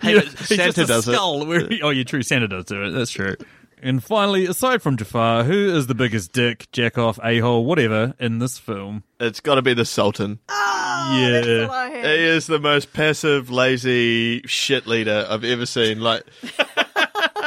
Hey, You know, but it's just Santa a does it. skull where he- oh, you're true. Santa does do it. That's true. And finally, aside from Jafar, who is the biggest dick, jack off, a hole, whatever in this film? It's got to be the Sultan. Oh, yeah. That's all I had. He is the most passive, lazy shit leader I've ever seen. Like,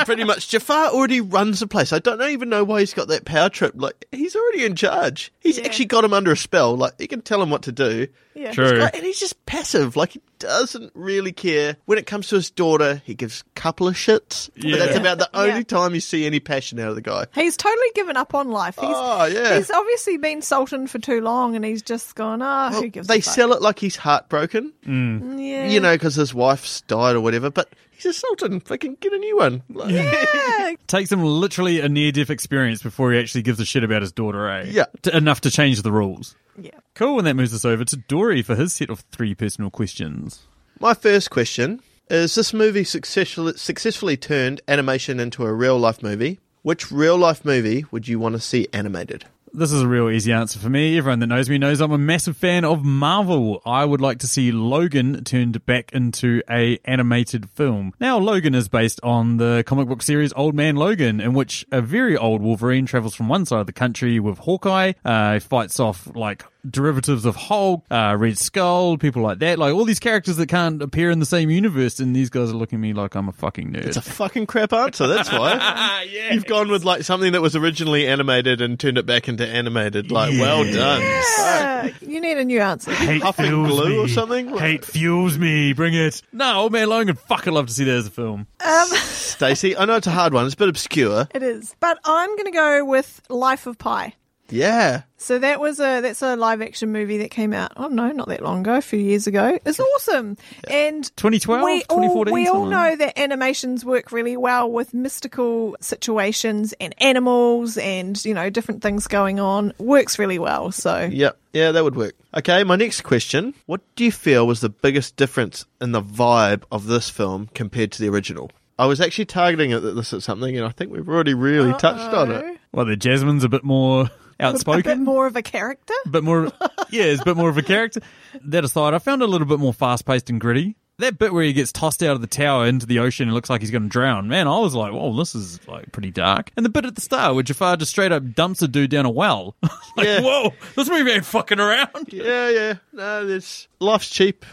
pretty much, Jafar already runs the place. I don't even know why he's got that power trip. Like, he's already in charge. He's Yeah. actually got him under a spell. Like, he can tell him what to do. Yeah. True. Like, and he's just passive. Like, he doesn't really care. When it comes to his daughter, he gives a couple of shits. Yeah. But that's about the Yeah. only time you see any passion out of the guy. He's totally given up on life. He's, Oh, yeah. he's obviously been sultan for too long, and he's just gone. Ah, who gives? They a fuck? sell it like he's heartbroken, yeah. you know, because his wife's died or whatever, but he's a sultan. Fucking get a new one. Like- Yeah. Takes him literally a near death experience before he actually gives a shit about his daughter, eh? Yeah. To, enough to change the rules. yeah. Cool, and that moves us over to Dory for his set of three personal questions. My first question is this movie successful, successfully turned animation into a real life movie? Which real life movie would you want to see animated? This is a real easy answer for me. Everyone that knows me knows I'm a massive fan of Marvel. I would like to see Logan turned back into a animated film. Now, Logan is based on the comic book series Old Man Logan, in which a very old Wolverine travels from one side of the country with Hawkeye, uh, fights off like derivatives of Hulk, uh, Red Skull, people like that. Like all these characters that can't appear in the same universe, and these guys are looking at me like I'm a fucking nerd. It's a fucking crap answer, that's why. You've gone with like something that was originally animated and turned it back into animated. Like, well done. Uh, you need a new answer. Hate Puff and fuels glue me. or something? Hate fuels me. Bring it. No, Old Man Logan. Fuck, I'd love to see that as a film. Stacey, I know it's a hard one. It's a bit obscure. It is, but I'm going to go with Life of Pi. Yeah. So that was a that's a live action movie that came out. Oh no, not that long ago, a few years ago. It's awesome. And 2012, we all, 2014, we all something know like that animations work really well with mystical situations and animals and you know different things going on. Works really well. So Yep. Yeah, that would work. Okay, my next question. What do you feel was the biggest difference in the vibe of this film compared to the original? I was actually targeting it that this is something, and I think we've already really touched on it. Well, the Jasmine's a bit more a outspoken. bit more of a character. Bit more- yeah, it's a bit more of a character. That aside, I found it a little bit more fast paced and gritty. That bit where he gets tossed out of the tower into the ocean and looks like he's going to drown, man, I was like, whoa, this is like pretty dark. And the bit at the start where Jafar just straight up dumps a dude down a well. like, Yeah. whoa, this movie ain't fucking around. Yeah, yeah. No, there's life's cheap.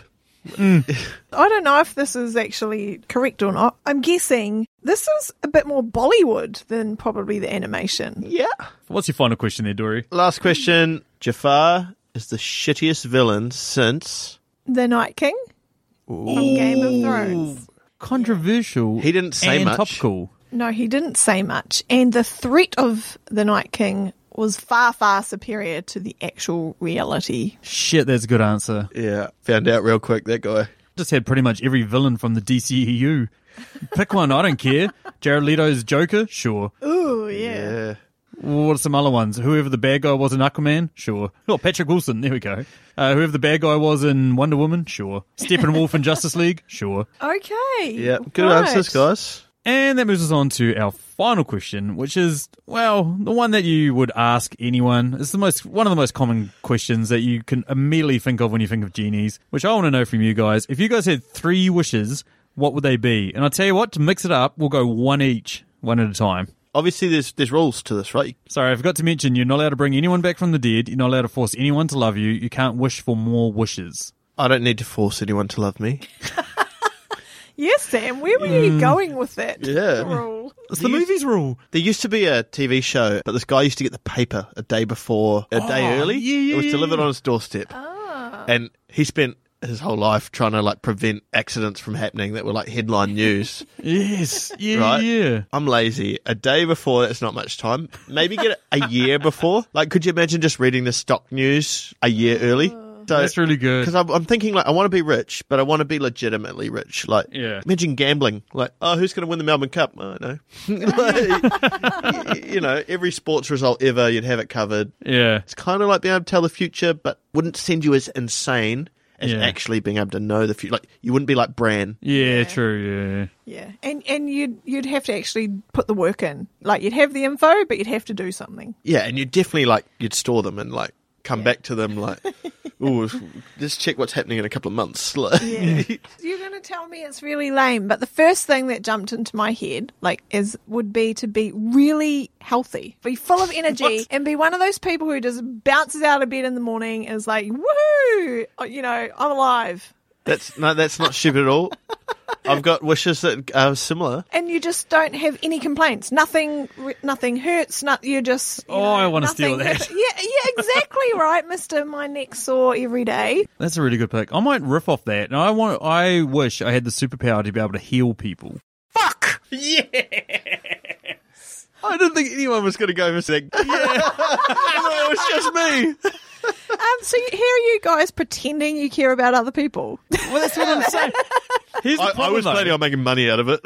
I don't know if this is actually correct or not. I'm guessing this is a bit more Bollywood than probably the animation. Yeah. What's your final question there, Dory? Last question. Jafar is the shittiest villain since The Night King from Game of Thrones. Controversial. He didn't say and much. topical. No, he didn't say much. And the threat of the Night King was far, far superior to the actual reality. Shit, that's a good answer. Yeah. Found out real quick that guy. Just had pretty much every villain from the DCEU. Pick one, I don't care. Jared Leto's Joker, sure. Ooh, yeah. Yeah. What are some other ones? Whoever the bad guy was in Aquaman, sure. Oh, Patrick Wilson, there we go. Uh, whoever the bad guy was in Wonder Woman, sure. Steppenwolf in Justice League, sure. Okay. Yeah. Good right. answers, guys. And that moves us on to our final question, which is, well, the one that you would ask anyone. It's the most one of the most common questions that you can immediately think of when you think of genies, which I want to know from you guys. If you guys had three wishes, what would they be? And I'll tell you what, to mix it up, we'll go one each, one at a time. Obviously, there's there's rules to this, right? Sorry, I forgot to mention you're not allowed to bring anyone back from the dead, you're not allowed to force anyone to love you, you can't wish for more wishes. I don't need to force anyone to love me. Yes, Sam, where were you going with that Mm. Yeah. rule? It's the movies rule. There used to be a TV show, but this guy used to get the paper a day before, a day Oh, early. yeah, yeah, it was yeah, delivered yeah. Ah. on his doorstep, and he spent his whole life trying to like prevent accidents from happening that were like headline news. Yes. Yeah, Right. yeah. I'm lazy. A day before, that's not much time. Maybe get it a year before. Like, could you imagine just reading the stock news a year early? So, Ah. That's really good. Because I'm, I'm thinking, like, I want to be rich, but I want to be legitimately rich. Like, Yeah. imagine gambling. Like, oh, who's going to win the Melbourne Cup? I don't know. Like, y- you know, every sports result ever, you'd have it covered. Yeah. It's kind of like being able to tell the future, but wouldn't send you as insane as Yeah. actually being able to know the future. Like, you wouldn't be like Bran. Yeah, true, yeah. Yeah. And and you'd you'd have to actually put the work in. Like you'd have the info, but you'd have to do something. Yeah, and you definitely like you'd store them and like come back to them like, oh, just check what's happening in a couple of months. Like, You're going to tell me it's really lame, but the first thing that jumped into my head, like, is would be to be really healthy, be full of energy, and be one of those people who just bounces out of bed in the morning and is like, "Woohoo! You know, I'm alive." that's no, that's not stupid at all. I've got wishes that are similar. and you just don't have any complaints. Nothing, nothing hurts. Not you just. you Oh, know, I wanna steal nothing- that. Yeah, yeah, exactly right, Mister. My neck sore every day. That's a really good pick. I might riff off that. And I want. I wish I had the superpower to be able to heal people. Fuck. I didn't think anyone was going to go for that. it was just me. Um. So you- here are you guys pretending you care about other people. Well, that's what I'm saying. Here's the I, I problem, was though. planning on making money out of it.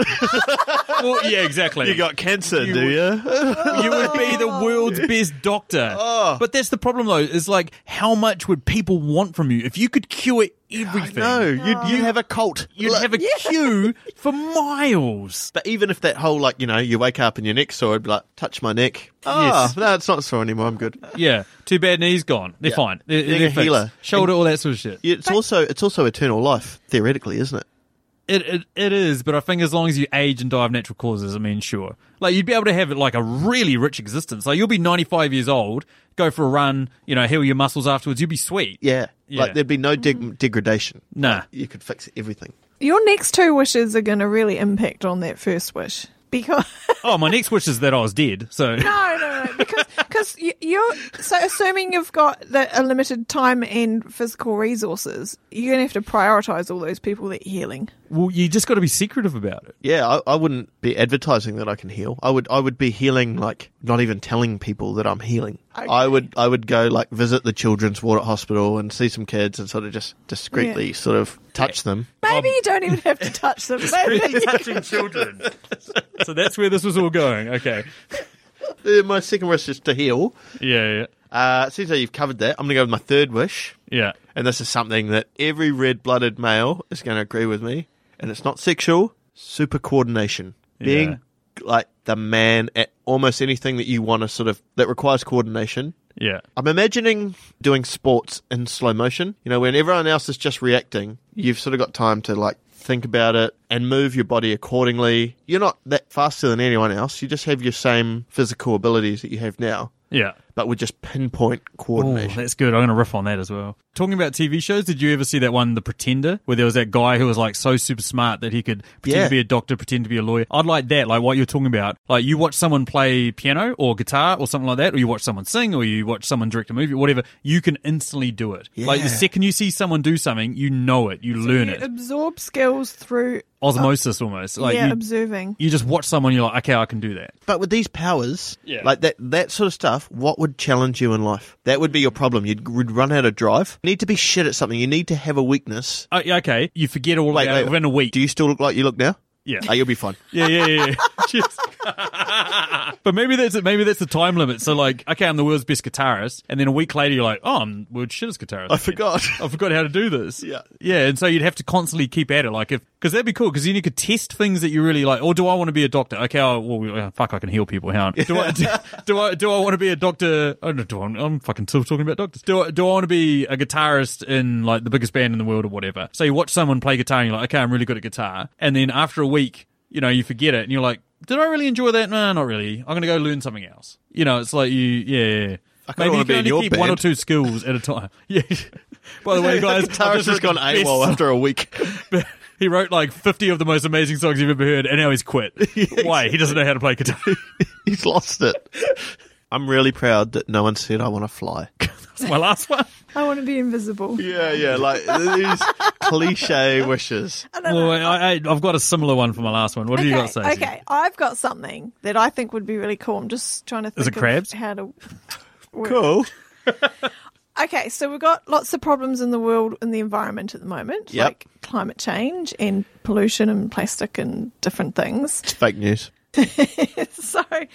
Well, yeah, exactly. you got cancer, You do you? You would be the world's best doctor. Oh. But that's the problem, though. Is like, how much would people want from you if you could cure everything? No, you'd, you'd have a cult. You'd have a queue for miles. But even if that whole, like, you know, you wake up and your neck sore, it'd be like, touch my neck. Oh, Yes. no, it's not sore anymore. I'm good. Yeah. Too bad knee's gone. They're fine. They're, Being a they're fixed. healer. Shoulder, all that sort of shit. Yeah, It's also it's also eternal life, theoretically, isn't it? It, it it is, but I think as long as you age and die of natural causes, I mean, sure, like you'd be able to have like a really rich existence. Like you'll be ninety five years old, go for a run, you know, heal your muscles afterwards, you'd be sweet. Yeah. Yeah. Like, there'd be no deg- degradation. Nah. You could fix everything. Your next two wishes are going to really impact on that first wish because. Oh, my next wish is that I was dead. So No, no, no, because because you, you're so assuming you've got the, a limited time and physical resources, you're gonna have to prioritize all those people that you're healing. well, you just got to be secretive about it. Yeah, I, I wouldn't be advertising that I can heal. I would I would be healing like not even telling people that I'm healing. I would I would go like visit the children's ward at hospital and see some kids and sort of just discreetly Yeah. sort of touch them. Maybe Um, you don't even have to touch them. Maybe touching children. so that's where this was all going. Okay. Uh, my second wish is to heal. Yeah. Uh, it seems like you've covered that. I'm gonna go with my third wish, Yeah. and this is something that every red-blooded male is going to agree with me, and it's not sexual. Super coordination, Yeah. being like the man at almost anything that you want to sort of that requires coordination. Yeah. I'm imagining doing sports in slow motion. You know, when everyone else is just reacting, you've sort of got time to like think about it and move your body accordingly. You're not that faster than anyone else. You just have your same physical abilities that you have now, Yeah. but with just pinpoint Oh, coordination. that's good. I'm going to riff on that as well. Talking about TV shows, did you ever see that one, The Pretender, where there was that guy who was like so super smart that he could pretend Yeah. to be a doctor, pretend to be a lawyer? I'd like that, like what you're talking about. Like you watch someone play piano or guitar or something like that, or you watch someone sing, or you watch someone direct a movie, whatever. You can instantly do it. Like the Yeah. second you see someone do something, you know it, you learn you it. absorb skills through Osmosis almost. Like yeah you, observing. you just watch someone, you're like, okay, I can do that. But with these powers, Yeah. like that, that sort of stuff, what would challenge you in life? That would be your problem. You'd, would run out of drive. You need to be shit at something. You need to have a weakness. Oh, yeah, okay, you forget all Wait, about wait, it within a week. Do you still look like you look now? yeah. Oh, you'll be fine. Yeah, yeah, yeah. yeah. Cheers. but maybe that's it. Maybe that's the time limit. So like, okay, I'm the world's best guitarist, and then a week later you're like, oh, I'm world's shittest guitarist. I forgot. I forgot how to do this. Yeah. yeah, and so you'd have to constantly keep at it, like if because that'd be cool because then you could test things that you really like. Or do I want to be a doctor? Okay, oh, well, uh, fuck, I can heal people. How do I do, I do I want to be a doctor? Oh, no, do I, I'm fucking still talking about doctors. Do I, do I want to be a guitarist in like the biggest band in the world or whatever? So you watch someone play guitar and you're like, okay, I'm really good at guitar, and then after a week, you know, you forget it and you're like. Did I really enjoy that? No, not really. I'm going to go learn something else. You know, it's like you, yeah. yeah, yeah. I kinda Maybe you wanna can be in only your keep one or band. two skills at a time. Yeah. By the way, guys, I've Guitarist just has gone wrote the best AWOL after a week. he wrote like 50 of the most amazing songs you've ever heard, and now he's quit. Why? He doesn't know how to play guitar. He's lost it. I'm really proud that no one said I want to fly. That's my last one. I want to be invisible. Yeah, yeah, like these cliche wishes. Well, I, I, I've got a similar one for my last one. What do okay, you got, Stacey? okay, I've got something that I think would be really cool. I'm just trying to think Is it of crabs? how to. work. Cool. Okay, so we've got lots of problems in the world in the environment at the moment, Yep. like climate change and pollution and plastic and different things. It's fake news. So I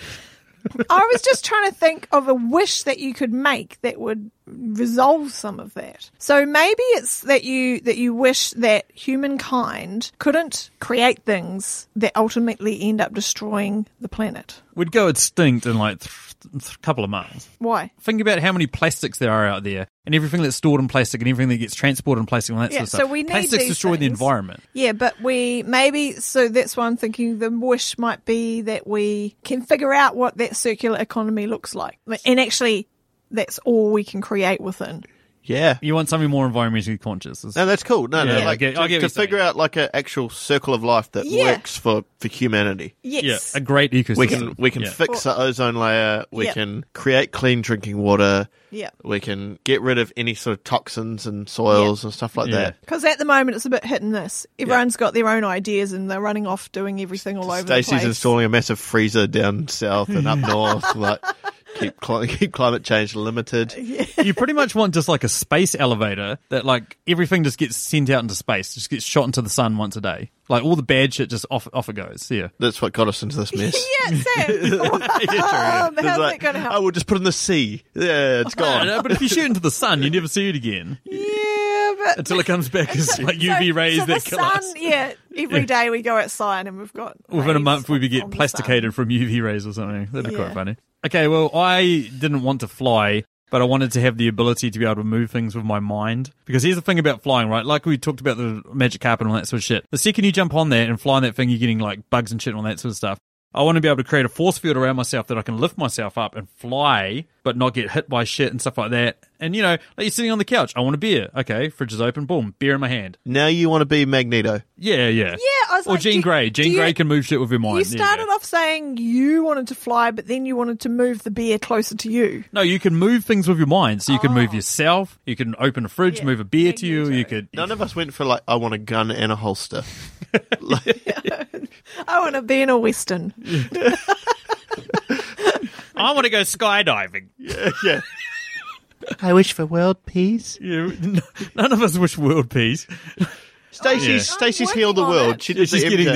was just trying to think of a wish that you could make that would resolve some of that. So maybe it's that you that you wish that humankind couldn't create things that ultimately end up destroying the planet. We'd go extinct in like a th- th- couple of months. Why? Think about how many plastics there are out there, and everything that's stored in plastic, and everything that gets transported in plastic, and all that Yeah, sort of so stuff. we need plastics these destroy the things. environment. Yeah, but we maybe so that's why I'm thinking the wish might be that we can figure out what that circular economy looks like. And actually that's all we can create within. Yeah. You want something more environmentally conscious. It's- No, that's cool. No, Yeah, no, I like get- I to, get what to you're saying. figure out like an actual circle of life that Yeah. works for for humanity. yeah, Yes. a great ecosystem. We can we can Yeah. fix the ozone layer. We Yeah. can create clean drinking water. Yeah. We can get rid of any sort of toxins and soils and stuff like Yeah. that. Because at the moment it's a bit hit and miss. Everyone's got their own ideas and they're running off doing everything all over the Stacey's place. installing a massive freezer down south and up north, like keep cli- keep climate change limited. you pretty much want just like a space elevator that like everything just gets sent out into space, just gets shot into the sun once a day. Like all the bad shit just off off it goes. Yeah. That's what got us into this mess. yeah, Sam. um, It's how's like, that going to Oh, help? we'll just put it in the sea. Yeah, it's gone. No, no, but if you shoot into the sun, you never see it again yeah, but until it comes back as like so- UV rays so that the kill sun, us. Yeah, every day we go outside and we've got Within a rays month, we on get the sun. plasticated from UV rays or something. That'd be quite Yeah. funny. Okay, well, I didn't want to fly, but I wanted to have the ability to be able to move things with my mind. Because here's the thing about flying, right? Like we talked about the magic carpet and all that sort of shit. The second you jump on there and fly on that thing, you're getting like bugs and shit and all that sort of stuff. I want to be able to create a force field around myself that I can lift myself up and fly, but not get hit by shit and stuff like that. And you know, like you're sitting on the couch, I want a beer. Okay, fridge is open, boom, beer in my hand. Now you want to be Magneto. Yeah, yeah, yeah. I was or like, Jean do- Grey. do Jean you- Grey can move shit with her mind. You There go. started off saying you wanted to fly, but then you wanted to move the beer closer to you. No, you can move things with your mind. So you can Oh. move yourself. You can open a fridge, Yeah. move a beer to Yeah, you you. do. You could. None of us went for like I want a gun and a holster. I want to be in a Western. I want to go skydiving. yeah. I wish for world peace. You- none of us wish world peace. Stacey's Yeah. Stacey's I'm healed the working on world. it. She Yeah, did she's the getting MJ.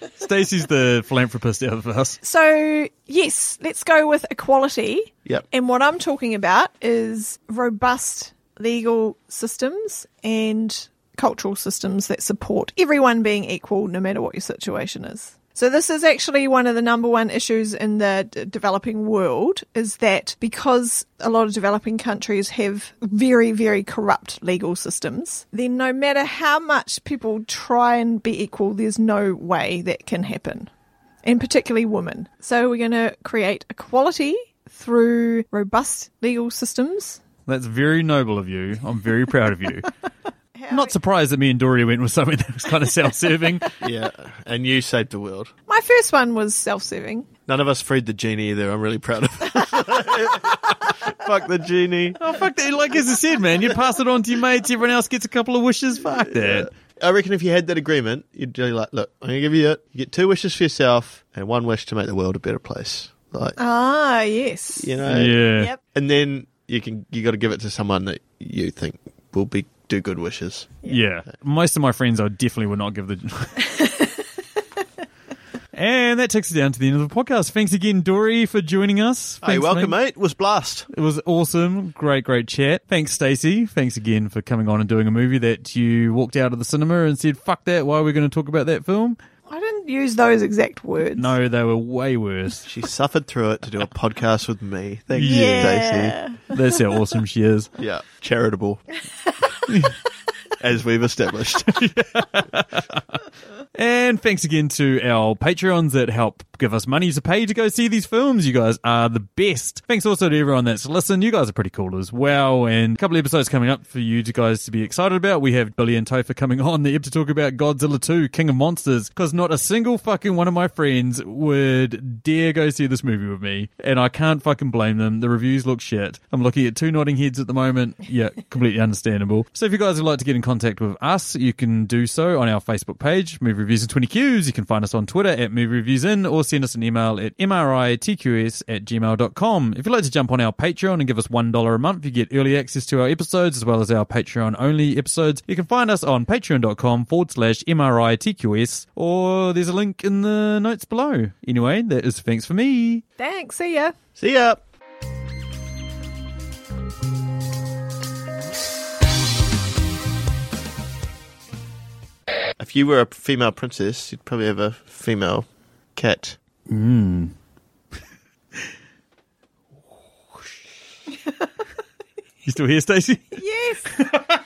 there. Stacey's the philanthropist out of us. So, yes, let's go with equality. Yep. And what I'm talking about is robust legal systems and cultural systems that support everyone being equal no matter what your situation is. So this is actually one of the number one issues in the d- developing world is that because a lot of developing countries have very very corrupt legal systems, then no matter how much people try and be equal there's no way that can happen and particularly women. So we're going to create equality through robust legal systems. That's very noble of you. I'm very proud of you. I'm not surprised that me and Dory went with something that was kind of self-serving. Yeah. And you saved the world. My first one was self-serving. None of us freed the genie either. I'm really proud of. Fuck the genie. oh fuck that! Like as I said, man, you pass it on to your mates. Everyone else gets a couple of wishes. Fuck that. I reckon if you had that agreement, you'd be like, look, I'm gonna give you it. You get two wishes for yourself and one wish to make the world a better place. Like Ah, yes. you know. Yeah. Yep. And then you can you got to give it to someone that you think will be do good wishes. Yeah. Most of my friends, I definitely would not give the. and that takes us down to the end of the podcast. Thanks again, Dory, for joining us. hey, Thanks, welcome, mate. Was blast. It was awesome. Great, great chat. Thanks, Stacey. Thanks again for coming on and doing a movie that you walked out of the cinema and said, fuck that. Why are we going to talk about that film? I didn't use those exact words. No, they were way worse. She suffered through it to do a podcast with me. Thank you, Stacey. Yeah. That's how awesome she is. Yeah, charitable. As we've established. And thanks again to our Patreons that help give us money to pay to go see these films. You guys are the best. Thanks also to everyone that's listened. You guys are pretty cool as well. And a couple of episodes coming up for you to guys to be excited about. We have Billy and Topher coming on the ep to talk about Godzilla 2, King of Monsters, because not a single fucking one of my friends would dare go see this movie with me. And I can't fucking blame them. The reviews look shit. I'm looking at two nodding heads at the moment. Yeah, completely understandable. So if you guys would like to get in contact with us, you can do so on our Facebook page, Movie Reviews in 20 Qs. You can find us on Twitter at Movie Reviews In or send us an email at mritqs at gmail.com. If you'd like to jump on our Patreon and give us $1 a month, you get early access to our episodes as well as our Patreon only episodes. You can find us on patreon.com forward slash mritqs or there's a link in the notes below. Anyway, that is thanks for me. Thanks. See ya. See ya. If you were a female princess, you'd probably have a female cat. You still here, Stacey? Yes.